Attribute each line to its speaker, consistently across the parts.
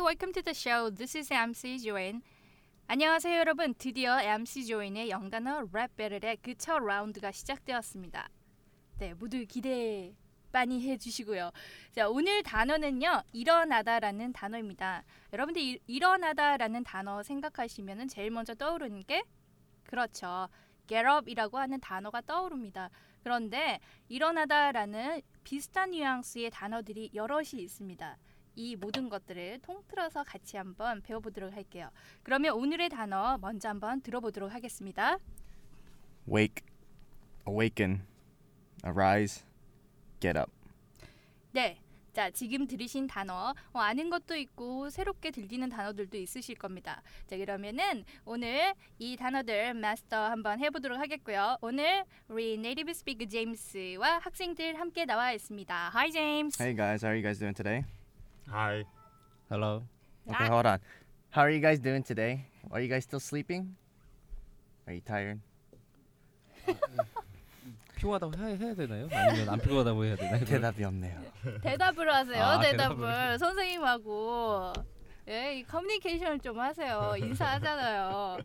Speaker 1: welcome to the show. This is MC Joanne. 안녕하세요 여러분. 드디어 MC 조인의 영단어 랩 배틀의 그첫 라운드가 시작되었습니다. 네, 모두 기대 많이 해주시고요. 자, 오늘 단어는요. 일어나다라는 단어입니다. 여러분들 이, 일어나다라는 단어 생각하시면은 제일 먼저 떠오르는 게 그렇죠. get up이라고 하는 단어가 떠오릅니다. 그런데 일어나다라는 비슷한 뉘앙스의 단어들이 여럿이 있습니다. 이 모든 것들을 통틀어서 같이 한번 배워보도록 할게요. 그러면 오늘의 단어 먼저 한번 들어보도록 하겠습니다.
Speaker 2: Wake, awaken, arise, get up.
Speaker 1: 네. 자, 지금 들으신 단어, 어, 아는 것도 있고 새롭게 들리는 단어들도 있으실 겁니다. 자, 그러면은 오늘 이 단어들 마스터 한번 해보도록 하겠고요. 오늘 우리 네이티브 스피크 제임스와 학생들 함께 나와 있습니다. Hi, James.
Speaker 2: Hey guys, how are you guys doing today?
Speaker 3: Hi.
Speaker 4: Hello.
Speaker 2: Okay,
Speaker 1: Ah.
Speaker 2: hold on. How are you guys doing today? Are you guys still sleeping? Are you tired?
Speaker 4: 피곤하다고 해, 해야 되나요? 아니면 안 피곤하다고 해야 되나요?
Speaker 2: 대답이 없네요.
Speaker 1: 대답을 하세요.
Speaker 4: 아,
Speaker 1: 대답을.
Speaker 4: 대답을.
Speaker 1: 선생님하고 예, 이 커뮤니케이션을 좀 하세요. 인사하잖아요.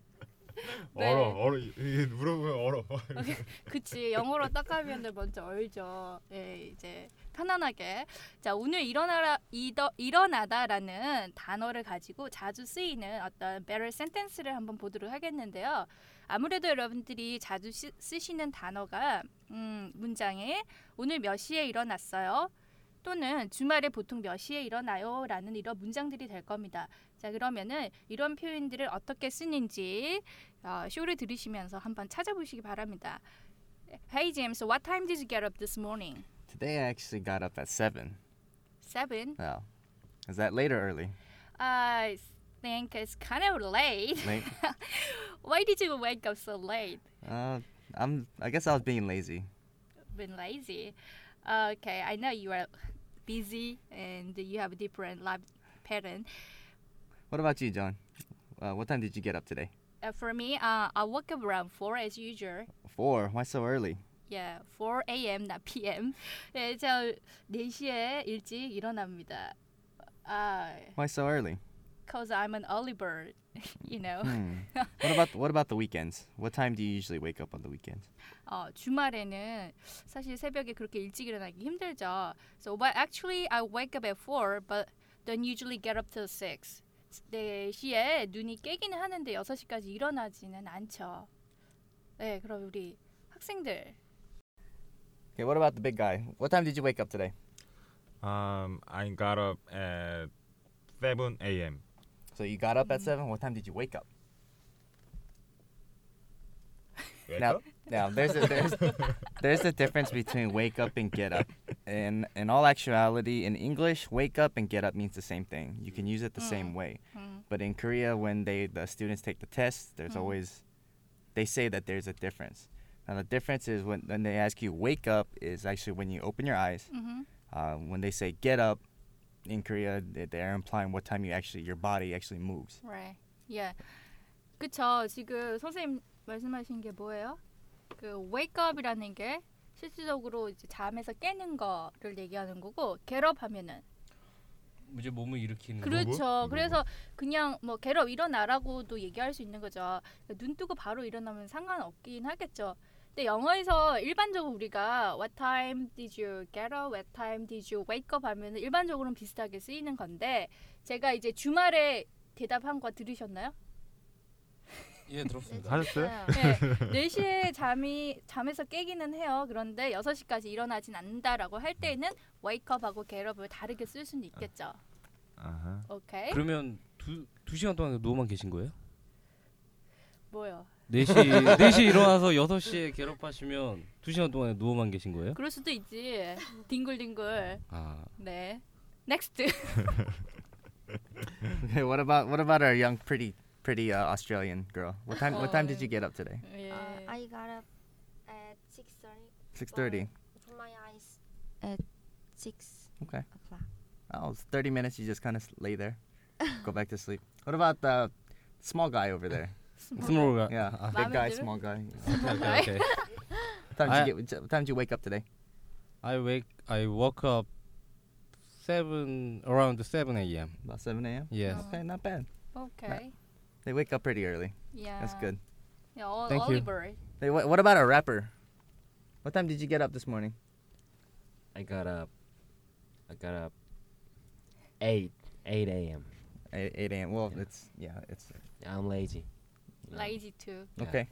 Speaker 1: 네.
Speaker 3: 얼어 얼어 이게 물어보면 얼어.
Speaker 1: 그치 영어로 딱 하면 먼저 얼죠. 예, 이제 편안하게. 자 오늘 일어나라 이더, 일어나다라는 단어를 가지고 자주 쓰이는 어떤 배럴 센텐스를 한번 보도록 하겠는데요. 아무래도 여러분들이 자주 시, 쓰시는 단어가 음, 문장에 오늘 몇 시에 일어났어요? 또는 주말에 보통 몇 시에 일어나요? 라는 이런 문장들이 될 겁니다. 자 그러면은 이런 표현들을 어떻게 쓰는지 어, 쇼를 들으시면서 한번 찾아보시기 바랍니다. Hey James, what time did you get up this morning?
Speaker 2: Today I actually got up at seven.
Speaker 1: Seven.
Speaker 2: Wow, is that late or early?
Speaker 1: I think it's kind of late.
Speaker 2: Late.
Speaker 1: Why did you wake up so late?
Speaker 2: uh, I'm. I guess I was being lazy.
Speaker 1: Been lazy. Okay, I know you are busy and you have a different life pattern.
Speaker 2: What about you, John? Uh, what time did you get up today?
Speaker 1: Uh, for me, uh, I woke up around four as usual.
Speaker 2: Four. Why so early?
Speaker 1: Yeah, 4 a.m. not p.m. 네, 저 4시에 일찍 일어납니다. 아,
Speaker 2: Why so early?
Speaker 1: cause I'm an early bird, you know.
Speaker 2: Hmm. what about what about the weekends? What time do you usually wake up on the weekends?
Speaker 1: 어, 주말에는 사실 새벽에 그렇게 일찍 일어나기 힘들죠. So but actually I wake up at 4 but don't usually get up till 6. 4시에 눈이 깨기는 하는데 6시까지 일어나지는 않죠. 네, 그럼 우리 학생들
Speaker 2: Okay. What about the big guy? What time did you wake up today?
Speaker 3: Um, I got up at 7 a.m.
Speaker 2: So you got up at seven. What time did you wake up?
Speaker 3: Wake
Speaker 2: Now,
Speaker 3: up?
Speaker 2: now there's a, there's there's a difference between wake up and get up. In in all actuality, in English, wake up and get up means the same thing. You can use it the same way.
Speaker 1: Mm.
Speaker 2: But in Korea, when they the students take the test, there's always they say that there's a difference. Now the difference is when when they ask you wake up is actually when you open your eyes.
Speaker 1: 음.
Speaker 2: Uh, when they say get up, in Korea, they- they're implying what time you actually your body actually moves.
Speaker 1: Right. Yeah. 그쵸. 지금 선생님 말씀하신 게 뭐예요? 그 wake up이라는 게 실질적으로 이제 잠에서 깨는 거를 얘기하는 거고 get up 하면은
Speaker 4: 이제 몸을 일으키는 거.
Speaker 1: 그렇죠.
Speaker 3: 뭐고?
Speaker 1: 그래서 그냥 뭐 get up 일어나라고도 얘기할 수 있는 거죠. 눈 뜨고 바로 일어나면 상관없긴 하겠죠. 근데 영어에서 일반적으로 우리가 what time did you get up, what time did you wake up 하면은 일반적으로는 비슷하게 쓰이는 건데 제가 이제 주말에 대답한 거 들으셨나요?
Speaker 4: 예, 들었습니다.
Speaker 1: 아,
Speaker 3: 하셨어요?
Speaker 1: 네, 4시에 잠이 잠에서 깨기는 해요. 그런데 6시까지 일어나진 않는다라고 할 때에는 웨이크업하고 겟업을 다르게 쓸 수는 있겠죠.
Speaker 3: 아하.
Speaker 1: 오케이.
Speaker 4: 그러면 두두 시간 동안 누워만 계신 거예요?
Speaker 1: 뭐요?
Speaker 4: 4시 4시 일어나서 6시에 겟업하시면 2시간 동안에 누워만 계신 거예요?
Speaker 1: 그럴 수도 있지. 딩글딩글.
Speaker 4: 아.
Speaker 1: 네. 넥스트.
Speaker 2: Okay, what about what about our young pretty pretty uh, Australian girl? What time what time did you get up today?
Speaker 1: 예.
Speaker 5: Uh, I got up at six thirty.
Speaker 2: Six thirty.
Speaker 5: Open my eyes at six
Speaker 2: Okay.
Speaker 5: o'clock.
Speaker 2: Oh, it's 30 minutes. You just kind of lay there, go back to sleep. What about the small guy over there?
Speaker 4: 스몰가.
Speaker 2: Yeah,
Speaker 4: 아,
Speaker 2: big guy,
Speaker 1: Mamamoo?
Speaker 2: small guy.
Speaker 4: 오케이, 오케이.
Speaker 1: 네.
Speaker 2: What time, did
Speaker 4: I-
Speaker 2: you get, what time did you wake up today?
Speaker 4: I wake I woke up seven around seven a.m.
Speaker 2: About 7 a.m.
Speaker 4: Yes.
Speaker 1: Oh.
Speaker 2: Okay, not bad.
Speaker 1: Okay.
Speaker 2: They wake up pretty early.
Speaker 1: Yeah.
Speaker 2: That's good.
Speaker 1: Yeah, all,
Speaker 4: Thank you.
Speaker 1: Oliver.
Speaker 2: Hey, what, what about a rapper? What time did you get up this morning?
Speaker 6: I got up. I got up. Eight eight a.m.
Speaker 2: 8, 8 a.m. Well,
Speaker 6: Yeah.
Speaker 2: it's yeah, it's
Speaker 6: I'm lazy. you know,
Speaker 1: Lazy too.
Speaker 6: Yeah.
Speaker 2: okay.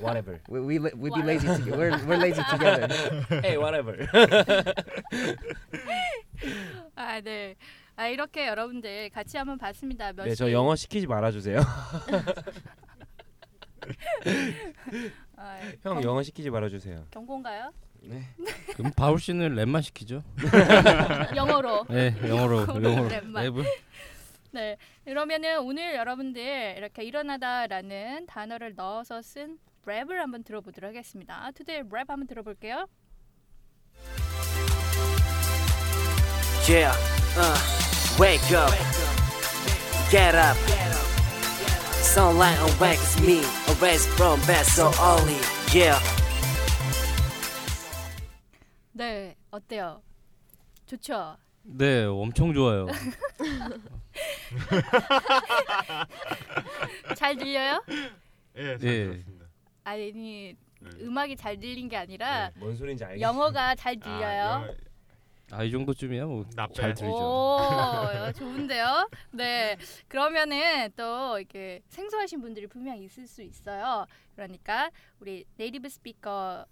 Speaker 6: Whatever.
Speaker 2: We we la- we be
Speaker 1: Why?
Speaker 2: lazy. To, we're we're lazy together.
Speaker 6: hey, whatever.
Speaker 1: 아 네. 아 이렇게 여러분들 같이 한번 봤습니다. 몇
Speaker 6: 네, 저
Speaker 1: 시-
Speaker 6: 영어 시키지 말아주세요.
Speaker 1: 아,
Speaker 6: 형 영어 시키지 말아주세요.
Speaker 1: 경고인가요?
Speaker 4: 그럼 바울 씨는 랩만 시키죠?
Speaker 1: 영어로.
Speaker 4: 네, 영어로 영어로
Speaker 1: 랩만.
Speaker 4: 랩을.
Speaker 1: 네. 그러면은 오늘 여러분들 이렇게 일어나다라는 단어를 넣어서 쓴 랩을 한번 들어보도록 하겠습니다. 투데이 랩 한번 들어볼게요.
Speaker 7: Yeah, uh, wake up, get up. Sunlight awakens me, always from bed so early. Yeah,
Speaker 1: 네. 어때요? 좋죠.
Speaker 4: 네, 엄청 좋아요.
Speaker 1: 잘 들려요?
Speaker 3: 예, 잘
Speaker 4: 예.
Speaker 3: 들었습니다.
Speaker 1: 아니
Speaker 3: 네.
Speaker 1: 음악이 잘 들린 게 아니라
Speaker 6: 네, 뭔 소린지 알겠어요.
Speaker 1: 영어가 잘
Speaker 3: 아,
Speaker 1: 들려요.
Speaker 3: 영어-
Speaker 4: 아 이 정도쯤이야 뭐
Speaker 1: 네.
Speaker 3: 나
Speaker 4: 잘
Speaker 3: 빼.
Speaker 4: 들리죠.
Speaker 1: 오, 어, 좋은데요? 네. 그러면은 또 이렇게 생소하신 분들이 분명 있을 수 있어요. 그러니까 우리 네이티브 스피커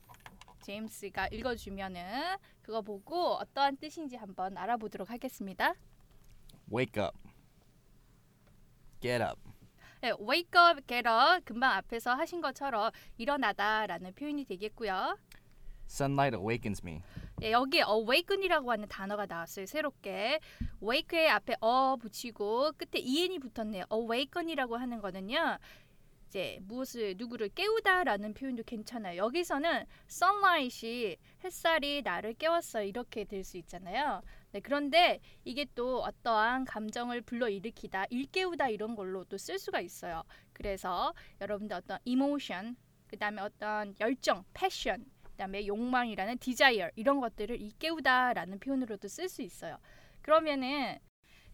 Speaker 1: 제임스가 읽어주면은 그거 보고 어떠한 뜻인지 한번 알아보도록 하겠습니다.
Speaker 2: Wake up. Get up.
Speaker 1: 네, wake up, get up. 금방 앞에서 하신 것처럼 일어나다라는 표현이 되겠고요.
Speaker 2: Sunlight awakens me.
Speaker 1: 예, 여기 awaken이라고 하는 단어가 나왔어요. 새롭게 wake의 앞에 어 붙이고 끝에 en이 붙었네요. awaken이라고 하는 거는요. 이제 무엇을 누구를 깨우다라는 표현도 괜찮아요. 여기서는 sunlight이 햇살이 나를 깨웠어요. 이렇게 될 수 있잖아요. 네, 그런데 이게 또 어떠한 감정을 불러일으키다, 일깨우다 이런 걸로 또 쓸 수가 있어요. 그래서 여러분들 어떤 emotion, 그다음에 어떤 열정, passion 그다음에 욕망이라는 desire 이런 것들을 일깨우다라는 표현으로도 쓸 수 있어요. 그러면은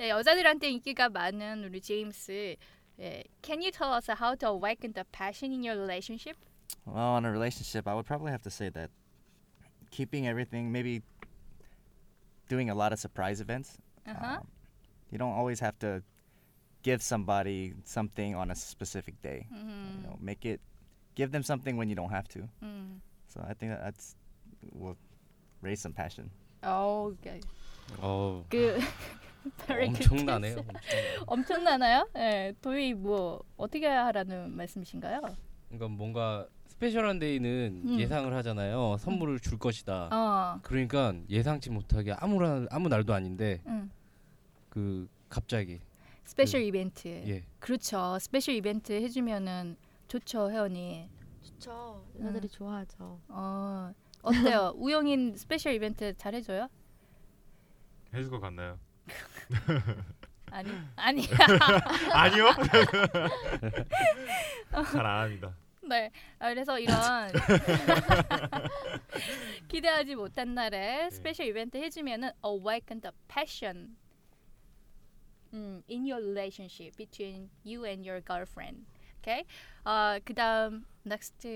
Speaker 1: 예, 여자들한테 인기가 많은 우리 제임스 예, Can you tell us how to awaken the passion in your relationship?
Speaker 2: Well, on a relationship, I would probably have to say that keeping everything, maybe doing a lot of surprise events.
Speaker 1: Uh-huh.
Speaker 2: Um, you don't always have to give somebody something on a specific day.
Speaker 1: Mm-hmm.
Speaker 2: You know, make it, give them something when you don't have to.
Speaker 1: 음.
Speaker 2: So I think that that's will raise some passion.
Speaker 1: 어, 그-
Speaker 4: 어
Speaker 1: 그 very good
Speaker 4: 엄청나네요.
Speaker 1: taste.
Speaker 4: 엄청나요.
Speaker 1: 엄청나나요? 예, 도희 뭐 어떻게 하라는 말씀이신가요?
Speaker 4: 그러니까 뭔가 스페셜한 데이는
Speaker 1: 음.
Speaker 4: 예상을 하잖아요. 선물을 줄 것이다.
Speaker 1: 어,
Speaker 4: 그러니까 예상치 못하게 아무런 아무 날도 아닌데
Speaker 1: 음,
Speaker 4: 그 갑자기
Speaker 1: 스페셜 이벤트.
Speaker 4: 예
Speaker 1: 그렇죠. 스페셜 이벤트 해주면은 좋죠, 혜원이.
Speaker 5: 좋죠. 여자들이 좋아하죠.
Speaker 1: 어 어때요? 우영인 스페셜 이벤트 잘 해줘요?
Speaker 3: 해줄 것 같나요?
Speaker 1: 아니 아니
Speaker 3: 아니요. 잘 안 합니다.
Speaker 1: 네 아, 그래서 이런 기대하지 못한 날에 스페셜 이벤트 해주면은 awaken the passion 음, in your relationship between you and your girlfriend. Okay. 어 그다음 next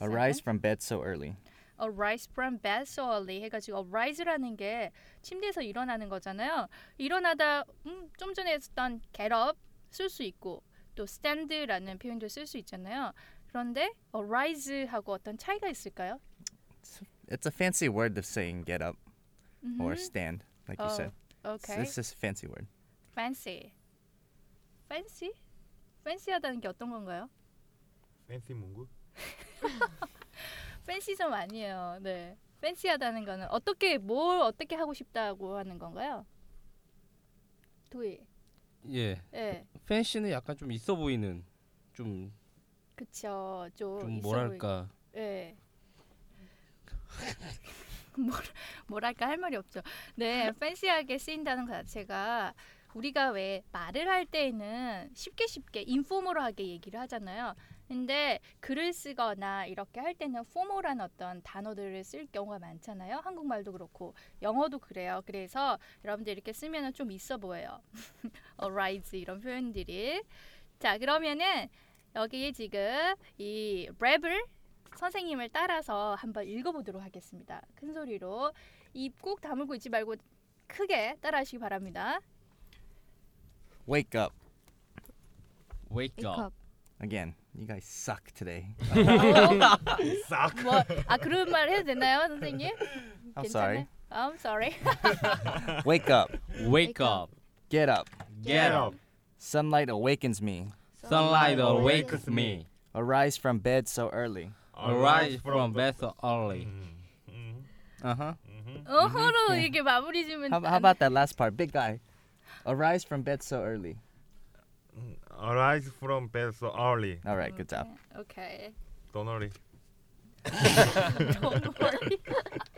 Speaker 2: Arise from bed so early.
Speaker 1: arise from bed so early 해가지고 arise라는 게 침대에서 일어나는 거잖아요. 일어나다 음, 좀 전에 했던 get up 쓸 수 있고 또 stand라는 표현도 쓸 수 있잖아요. 그런데 arise 하고 어떤 차이가 있을까요?
Speaker 2: It's a fancy word of saying get up or stand, like you
Speaker 1: Oh,
Speaker 2: said. It's,
Speaker 1: 음, okay.
Speaker 2: it's just a fancy word.
Speaker 1: fancy. fancy? fancy하다는 게 어떤 건가요?
Speaker 3: 팬티 문구?
Speaker 1: fancy 좀 아니에요. 네. fancy하다는 거는 어떻게 뭘 어떻게 하고 싶다고 하는 건가요? 도희.
Speaker 4: 예.
Speaker 1: 예.
Speaker 4: 팬씨는 약간 좀 있어 보이는 좀
Speaker 1: 그쵸. 좀,
Speaker 4: 좀
Speaker 1: 있어 보이고.
Speaker 4: 뭐랄까
Speaker 1: 예. 뭐라- 뭐랄까 할 말이 없죠. 네, 팬시하게 쓰인다는 것 자체가 우리가 왜 말을 할 때에는 쉽게 쉽게 인포멀하게 얘기를 하잖아요. 근데 근데 글을 쓰거나 이렇게 할 때는 포멀한 어떤 단어들을 쓸 경우가 많잖아요. 한국말도 그렇고 영어도 그래요. 그래서 여러분들 이렇게 쓰면은 좀 있어 보여요. arise 이런 표현들이. 자, 그러면은 여기 지금 이 랩을 선생님을 따라서 한번 읽어보도록 하겠습니다. 큰 소리로 입 꼭 다물고 있지 말고 크게 따라하시기 바랍니다.
Speaker 2: Wake up
Speaker 6: Wake up.
Speaker 5: 메이크업.
Speaker 2: again. You guys suck today.
Speaker 1: 뭐, 아 그런 말 해도 되나요, 선생님?
Speaker 2: I'm
Speaker 1: 괜찮아요?
Speaker 2: sorry.
Speaker 1: I'm sorry.
Speaker 2: Wake up.
Speaker 5: Wake
Speaker 6: Wake up.
Speaker 2: Get up.
Speaker 6: Get up.
Speaker 2: Sunlight awakens me.
Speaker 4: Sunlight awakes me.
Speaker 2: Arise from bed so early.
Speaker 4: Arise from bed 음. so early.
Speaker 3: 음,
Speaker 2: Uh huh.
Speaker 1: 어허로 이게 마무리 지면
Speaker 2: How, how about that last part? Big guy. Arise from bed so early.
Speaker 3: 음, Arise from bed so early.
Speaker 2: All right, good job.
Speaker 1: 오케이.
Speaker 3: Don't worry.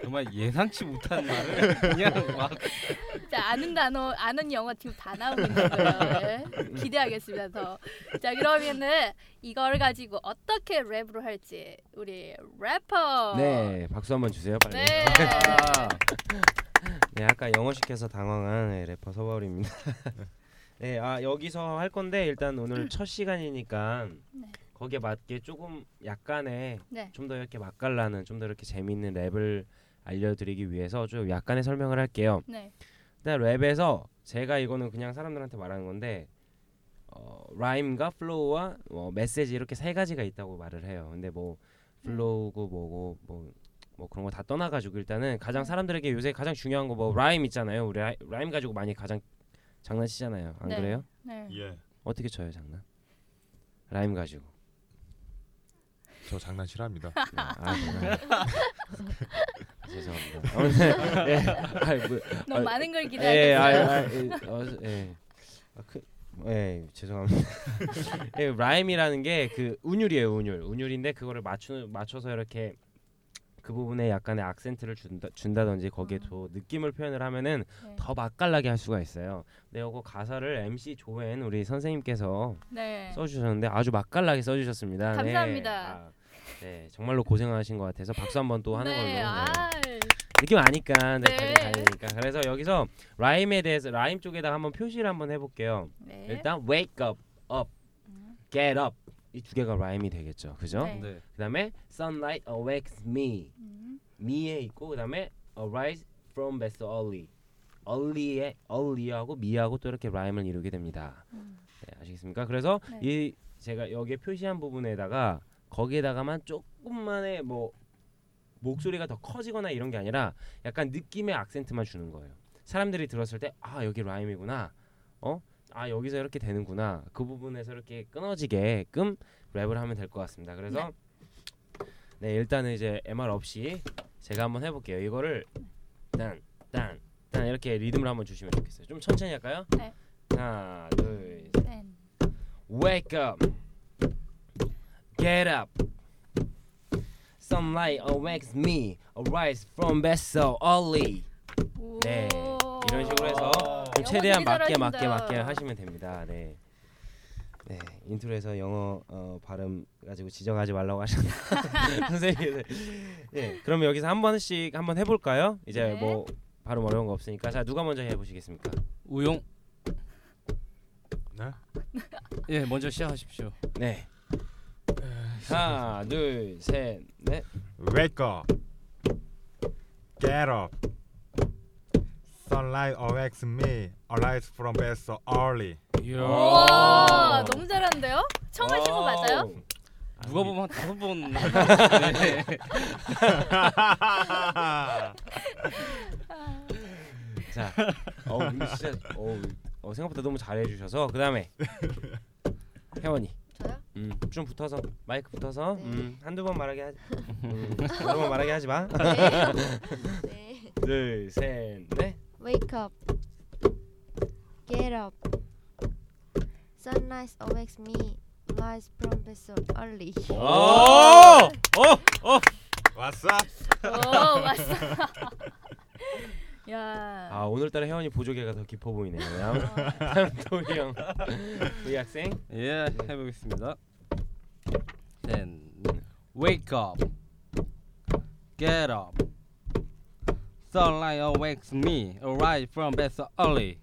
Speaker 4: 정말 예상치 못한 말을 그냥 막
Speaker 1: 자 아는 단어, 아는 영어 지금 다 나오고 있는 거예요. 예. 기대하겠습니다. 더. 자 그러면은 이걸 가지고 어떻게 랩으로 할지 우리 래퍼.
Speaker 8: 네, 박수 한번 주세요, 빨리.
Speaker 1: 어. 네.
Speaker 8: 아. 네, 아까 영어 시켜서 당황한 네, 래퍼 서바울입니다. 네, 아 여기서 할 건데 일단 오늘 첫 시간이니까
Speaker 1: 네.
Speaker 8: 거기에 맞게 조금 약간의
Speaker 1: 네.
Speaker 8: 좀 더 이렇게 맛깔나는 좀 더 이렇게 재밌는 랩을 알려드리기 위해서 좀 약간의 설명을 할게요.
Speaker 1: 네.
Speaker 8: 일단 랩에서 제가 이거는 그냥 사람들한테 말하는 건데 어, 라임과 플로우와 어, 메시지 이렇게 세 가지가 있다고 말을 해요. 근데 뭐 플로우고 뭐고 뭐, 뭐 그런 거 다 떠나가지고 일단은 가장 사람들에게 요새 가장 중요한 거 뭐 라임 있잖아요. 우리 라, 라임 가지고 많이 가장 장난치잖아요. 안
Speaker 1: 네.
Speaker 8: 그래요?
Speaker 1: 네.
Speaker 5: 예.
Speaker 3: Yeah.
Speaker 8: 어떻게 쳐요 장난? 라임 가지고.
Speaker 3: 저 장난실합니다.
Speaker 8: 아, 정말. 죄송합니다. 오늘 예, 아, 뭐,
Speaker 1: 너무
Speaker 8: 아,
Speaker 1: 많은 걸
Speaker 8: 예, 아,
Speaker 1: 기대하겠어요.
Speaker 8: 아, 예, 어, 예. 아, 그, 예, 죄송합니다. 예, 라임이라는 게 그 운율이에요, 운율. 운율인데 그거를 맞추 맞춰서 이렇게 그 부분에 약간의 악센트를 준다 준다든지 거기에 또 느낌을 표현을 하면은
Speaker 1: 음. 네.
Speaker 8: 더 맛깔나게 할 수가 있어요. 근데 요거 가사를 MC 조엔 우리 선생님께서
Speaker 1: 네.
Speaker 8: 써주셨는데 아주 맛깔나게 써주셨습니다. 네.
Speaker 1: 감사합니다.
Speaker 8: 아, 네, 정말로 고생하신 것 같아서 박수 한번 또 하는 걸로.
Speaker 1: 네.
Speaker 8: 네.
Speaker 1: 아,
Speaker 8: 느낌 아니까
Speaker 1: 네.
Speaker 8: 네. 다들 다니니까 그래서 여기서 라임에 대해서 라임 쪽에다 가 한번 표시를 한번 해볼게요
Speaker 1: 네.
Speaker 8: 일단 wake up up get up 이 두 개가 라임이 되겠죠 그죠
Speaker 1: 네.
Speaker 4: 네.
Speaker 8: 그다음에 sunlight awakes me
Speaker 1: 음.
Speaker 8: me에 있고 그다음에 arise from bed so early early에 early하고 me하고 또 이렇게 라임을 이루게 됩니다 네, 아시겠습니까 그래서
Speaker 1: 음. 네.
Speaker 8: 이 제가 여기에 표시한 부분에다가 거기에다가만 조금만의 뭐 목소리가 더 커지거나 이런 게 아니라 약간 느낌의 악센트만 주는 거예요. 사람들이 들었을 때 아 여기 라임이구나, 어? 아 여기서 이렇게 되는구나 그 부분에서 이렇게 끊어지게끔 랩을 하면 될 것 같습니다. 그래서 네, 일단은 이제 MR 없이 제가 한번 해볼게요. 이거를 딴딴딴 이렇게 리듬을 한번 주시면 좋겠어요. 좀 천천히 할까요?
Speaker 1: 네.
Speaker 8: 하나 둘 셋.
Speaker 1: 네.
Speaker 8: Wake up. Get up. Sunlight awakes me. Arise from bed so early.
Speaker 1: 오.
Speaker 8: 네. 이런 식으로 해서 좀
Speaker 1: 영어
Speaker 8: 최대한
Speaker 1: 되게
Speaker 8: 맞게
Speaker 1: 잘하신다.
Speaker 8: 맞게 맞게 하시면 됩니다. 네. 네. 인트로에서 영어 어, 발음 가지고 지적하지 말라고 하셨나 선생님. 네. 그럼 여기서 한 번씩 한번 해 볼까요? 이제
Speaker 1: 네.
Speaker 8: 뭐 발음 어려운 거 없으니까 자, 누가 먼저 해 보시겠습니까?
Speaker 4: 우용.
Speaker 3: 네?
Speaker 4: 예, 먼저 시작하십시오.
Speaker 8: 네.
Speaker 1: 어,
Speaker 8: 하나, 둘, 셋, 넷.
Speaker 3: Wake up. Get up. Sunlight awakes me. Arise from bed so early.
Speaker 1: 와 너무 잘하는데요? 처음 하신 거 맞아요?
Speaker 8: 와우.
Speaker 4: 누가 보면 한 다섯 네. 번
Speaker 8: 자, 어 근데 진짜 어, 어 생각보다 너무 잘해 주셔서 그다음에 혜원이
Speaker 5: 저요?
Speaker 8: 음, 좀 붙어서 마이크 붙어서
Speaker 5: 네.
Speaker 8: 음, 한두 번 말하게 하지 음, 한두 번 말하게 하지 마.
Speaker 5: 네.
Speaker 8: 둘, 셋, 넷.
Speaker 5: Wake up. Get up. Sunlight awakes me. Rise from bed so early.
Speaker 4: 어?
Speaker 5: 어!
Speaker 4: 오!
Speaker 8: 어!
Speaker 3: What's up?
Speaker 1: 오 맞어. 야.
Speaker 8: 아 오늘따라 혜원이 보조개가 더 깊어 보이네요. 다음 도희 형, 우리 학생.
Speaker 4: 예, 해보겠습니다. Wake up. Get up. Sunlight awakes me. Arise from bed so early.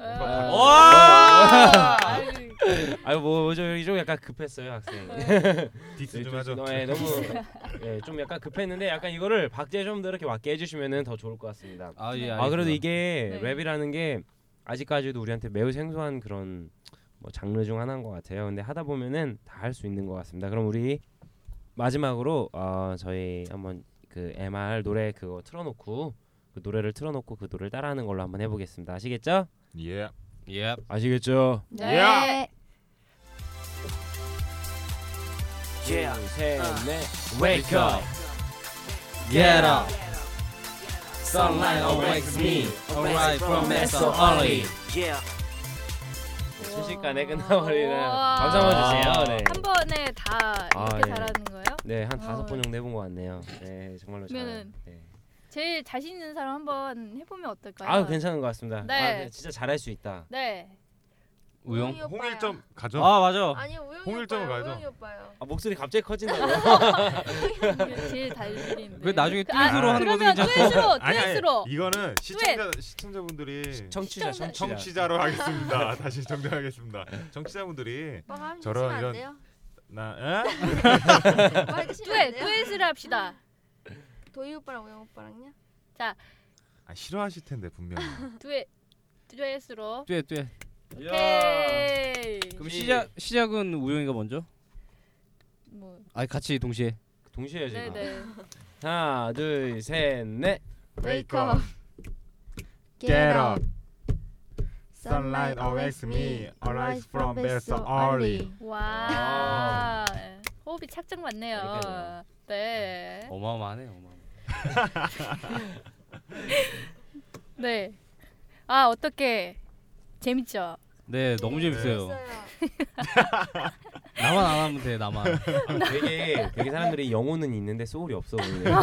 Speaker 1: 아.
Speaker 8: 아유 뭐좀 약간 급했어요 학생.
Speaker 3: 디스
Speaker 8: 네,
Speaker 3: 좀
Speaker 8: 좀,
Speaker 3: 하죠.
Speaker 8: 어, 예, 너무 예, 좀 약간 급했는데 약간 이거를 박제 좀 더 이렇게 맞게 해주시면은 더 좋을 것 같습니다.
Speaker 4: 아, 예,
Speaker 8: 아 그래도
Speaker 4: 알겠습니다.
Speaker 8: 이게
Speaker 1: 네.
Speaker 8: 랩이라는 게 아직까지도 우리한테 매우 생소한 그런 뭐 장르 중 하나인 것 같아요. 근데 하다 보면은 다 할 수 있는 것 같습니다. 그럼 우리 마지막으로 어, 저희 한번 그 MR 노래 그거 틀어놓고 그 노래를 틀어놓고 그 노래를 따라하는 걸로 한번 해보겠습니다. 아시겠죠?
Speaker 3: 예.
Speaker 4: Yep.
Speaker 8: 아시겠죠?
Speaker 1: 네.
Speaker 7: Yeah.
Speaker 8: 셋넷
Speaker 7: Wake up.
Speaker 4: Get up.
Speaker 7: Sunlight awakes me.
Speaker 4: Arise from bed so early.
Speaker 7: SOE. Yeah.
Speaker 8: 순식간에 끝나버리는
Speaker 1: 우와.
Speaker 8: 박수 한번 주세요. 네.
Speaker 1: 한 번에 다
Speaker 8: 아,
Speaker 1: 이렇게
Speaker 8: 예.
Speaker 1: 잘하는 거예요?
Speaker 8: 네, 한
Speaker 1: 어.
Speaker 8: 다섯 번 정도 해본 것 같네요. 네, 정말로 잘해요.
Speaker 1: 그러면은-
Speaker 8: 네.
Speaker 1: 제일 자신 있는 사람 한번 해보면 어떨까요?
Speaker 8: 아, 괜찮은 것 같습니다.
Speaker 1: 네.
Speaker 8: 아, 네, 진짜 잘할 수 있다.
Speaker 1: 네.
Speaker 4: 우영.
Speaker 5: 우영이 오빠야. 어,
Speaker 3: 홍일점 가죠.
Speaker 4: 아 맞아.
Speaker 5: 아니 우영이
Speaker 3: 홍일점은
Speaker 5: 오빠요.
Speaker 3: 가야죠.
Speaker 5: 우영이 오빠요.
Speaker 8: 아, 목소리 갑자기 커진다고요?
Speaker 1: 제일 잘 들리는데.
Speaker 4: 그 나중에
Speaker 1: 그, 아,
Speaker 4: 듀엣으로 하는 거도
Speaker 1: 그러면
Speaker 4: 괜찮고.
Speaker 1: 듀엣으로
Speaker 3: 아니 아니
Speaker 1: 듀엣으로.
Speaker 3: 이거는 시청자 시청자분들이
Speaker 8: 청취자,
Speaker 1: 시청자-
Speaker 8: 청취자.
Speaker 3: 청취자로 하겠습니다. 다시 정정하겠습니다. 청취자분들이
Speaker 5: 오빠 어, 하면
Speaker 3: 저런
Speaker 5: 저런 이런.
Speaker 3: 이런-
Speaker 5: 안 돼요?
Speaker 3: 나 에?
Speaker 5: 오빠 하기 싫으면
Speaker 1: 듀엣
Speaker 5: 안 돼요?
Speaker 1: 듀엣을 합시다.
Speaker 5: 도희 오빠랑 우영 오빠랑요?
Speaker 3: 아, 싫어하실 텐데 분명히.
Speaker 1: 듀엣 듀엣으로.
Speaker 4: 뚜에 뚜에.
Speaker 1: 오케이.
Speaker 8: 예.
Speaker 4: 그럼 시작 시작은 우영이가 먼저.
Speaker 1: 뭐
Speaker 4: 아 같이 동시에.
Speaker 8: 그 동시에 해야지. 이거.
Speaker 1: 네네.
Speaker 8: 하나, 둘, 셋, 넷.
Speaker 5: Wake up.
Speaker 3: Get up. Sunlight awakes me. Arise from bed so early.
Speaker 1: 와.
Speaker 4: 아.
Speaker 1: 호흡이 착장 맞네요.
Speaker 8: 그러니까요.
Speaker 1: 네.
Speaker 4: 어마어마하네 어마어마.
Speaker 1: 네. 아 어떻게 재밌죠?
Speaker 4: 네 너무 재밌어요.
Speaker 5: 재밌어요.
Speaker 4: 나만 안 하면 돼 나만.
Speaker 8: 아, 되게 되게 사람들이 영혼은 있는데 소울이 없어 보이네요.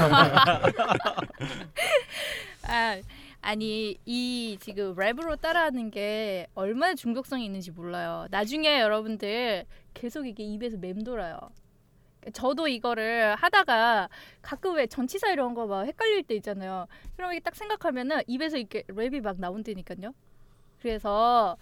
Speaker 1: 아 아니 이 지금 랩으로 따라하는 게 얼마나 중독성이 있는지 몰라요. 나중에 여러분들 계속 이게 입에서 맴돌아요. 저도 이거를 하다가 가끔 왜 전치사 이런 거 막 헷갈릴 때 있잖아요. 그럼 이게 딱 생각하면은 입에서 이렇게 랩이 막 나온다니까요. 그래서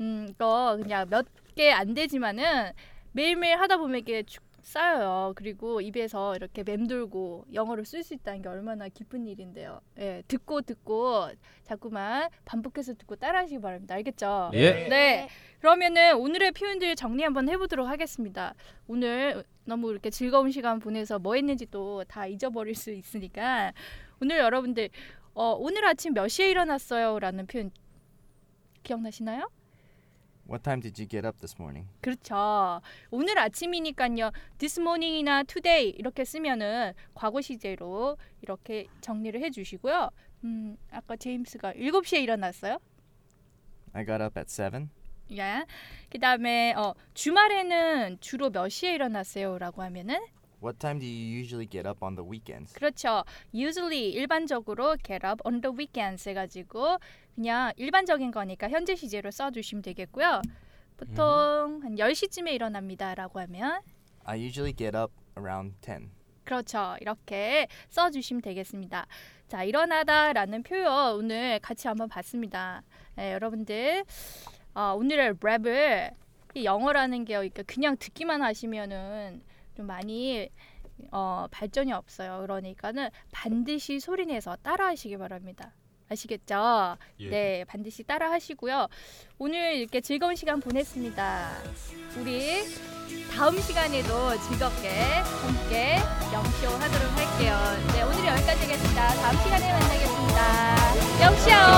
Speaker 1: 음 이거 그냥 몇 개 안 되지만은 매일매일 하다 보면 이게 축 쌓여요. 그리고 입에서 이렇게 맴돌고 영어를 쓸 수 있다는 게 얼마나 기쁜 일인데요. 예, 듣고 듣고 자꾸만 반복해서 듣고 따라하시기 바랍니다. 알겠죠?
Speaker 4: 예.
Speaker 1: 네. 그러면은 오늘의 표현들 정리 한번 해보도록 하겠습니다. 오늘 너무 이렇게 즐거운 시간 보내서 뭐 했는지 또 다 잊어버릴 수 있으니까 오늘 여러분들 어, 오늘 아침 몇 시에 일어났어요라는 표현 기억나시나요?
Speaker 2: What time did you get up this morning?
Speaker 1: 그렇죠. 오늘 아침이니까요. this morning이나 today 이렇게 쓰면은 과거 시제로 이렇게 정리를 해 주시고요. 음, 아까 제임스가 7시에 일어났어요.
Speaker 2: I got up at 7.
Speaker 1: 예. 그다음에 어, 주말에는 주로 몇 시에 일어났어요라고 하면은
Speaker 2: What time do you usually get up on the weekends?
Speaker 1: 그렇죠. usually 일반적으로 get up on the weekends 해 가지고 그냥 일반적인 거니까 현재 시제로 써 주시면 되겠고요. 보통 한 10시쯤에 일어납니다라고 하면
Speaker 2: I usually get up around 10.
Speaker 1: 그렇죠. 이렇게 써주시면 되겠습니다. 자, 일어나다라는 표현 오늘 같이 한번 봤습니다. 네, 여러분들 어, 오늘의 랩을 이 영어라는 게 그러니까 그냥 듣기만 하시면은 좀 많이 어, 발전이 없어요. 그러니까는 반드시 소리내서 따라하시기 바랍니다. 아시겠죠?
Speaker 3: 예.
Speaker 1: 네, 반드시 따라하시고요. 오늘 이렇게 즐거운 시간 보냈습니다. 우리 다음 시간에도 즐겁게 함께 영쇼 하도록 할게요. 네, 오늘 은 여기까지 하겠습니다. 다음 시간에 만나겠습니다. 영쇼!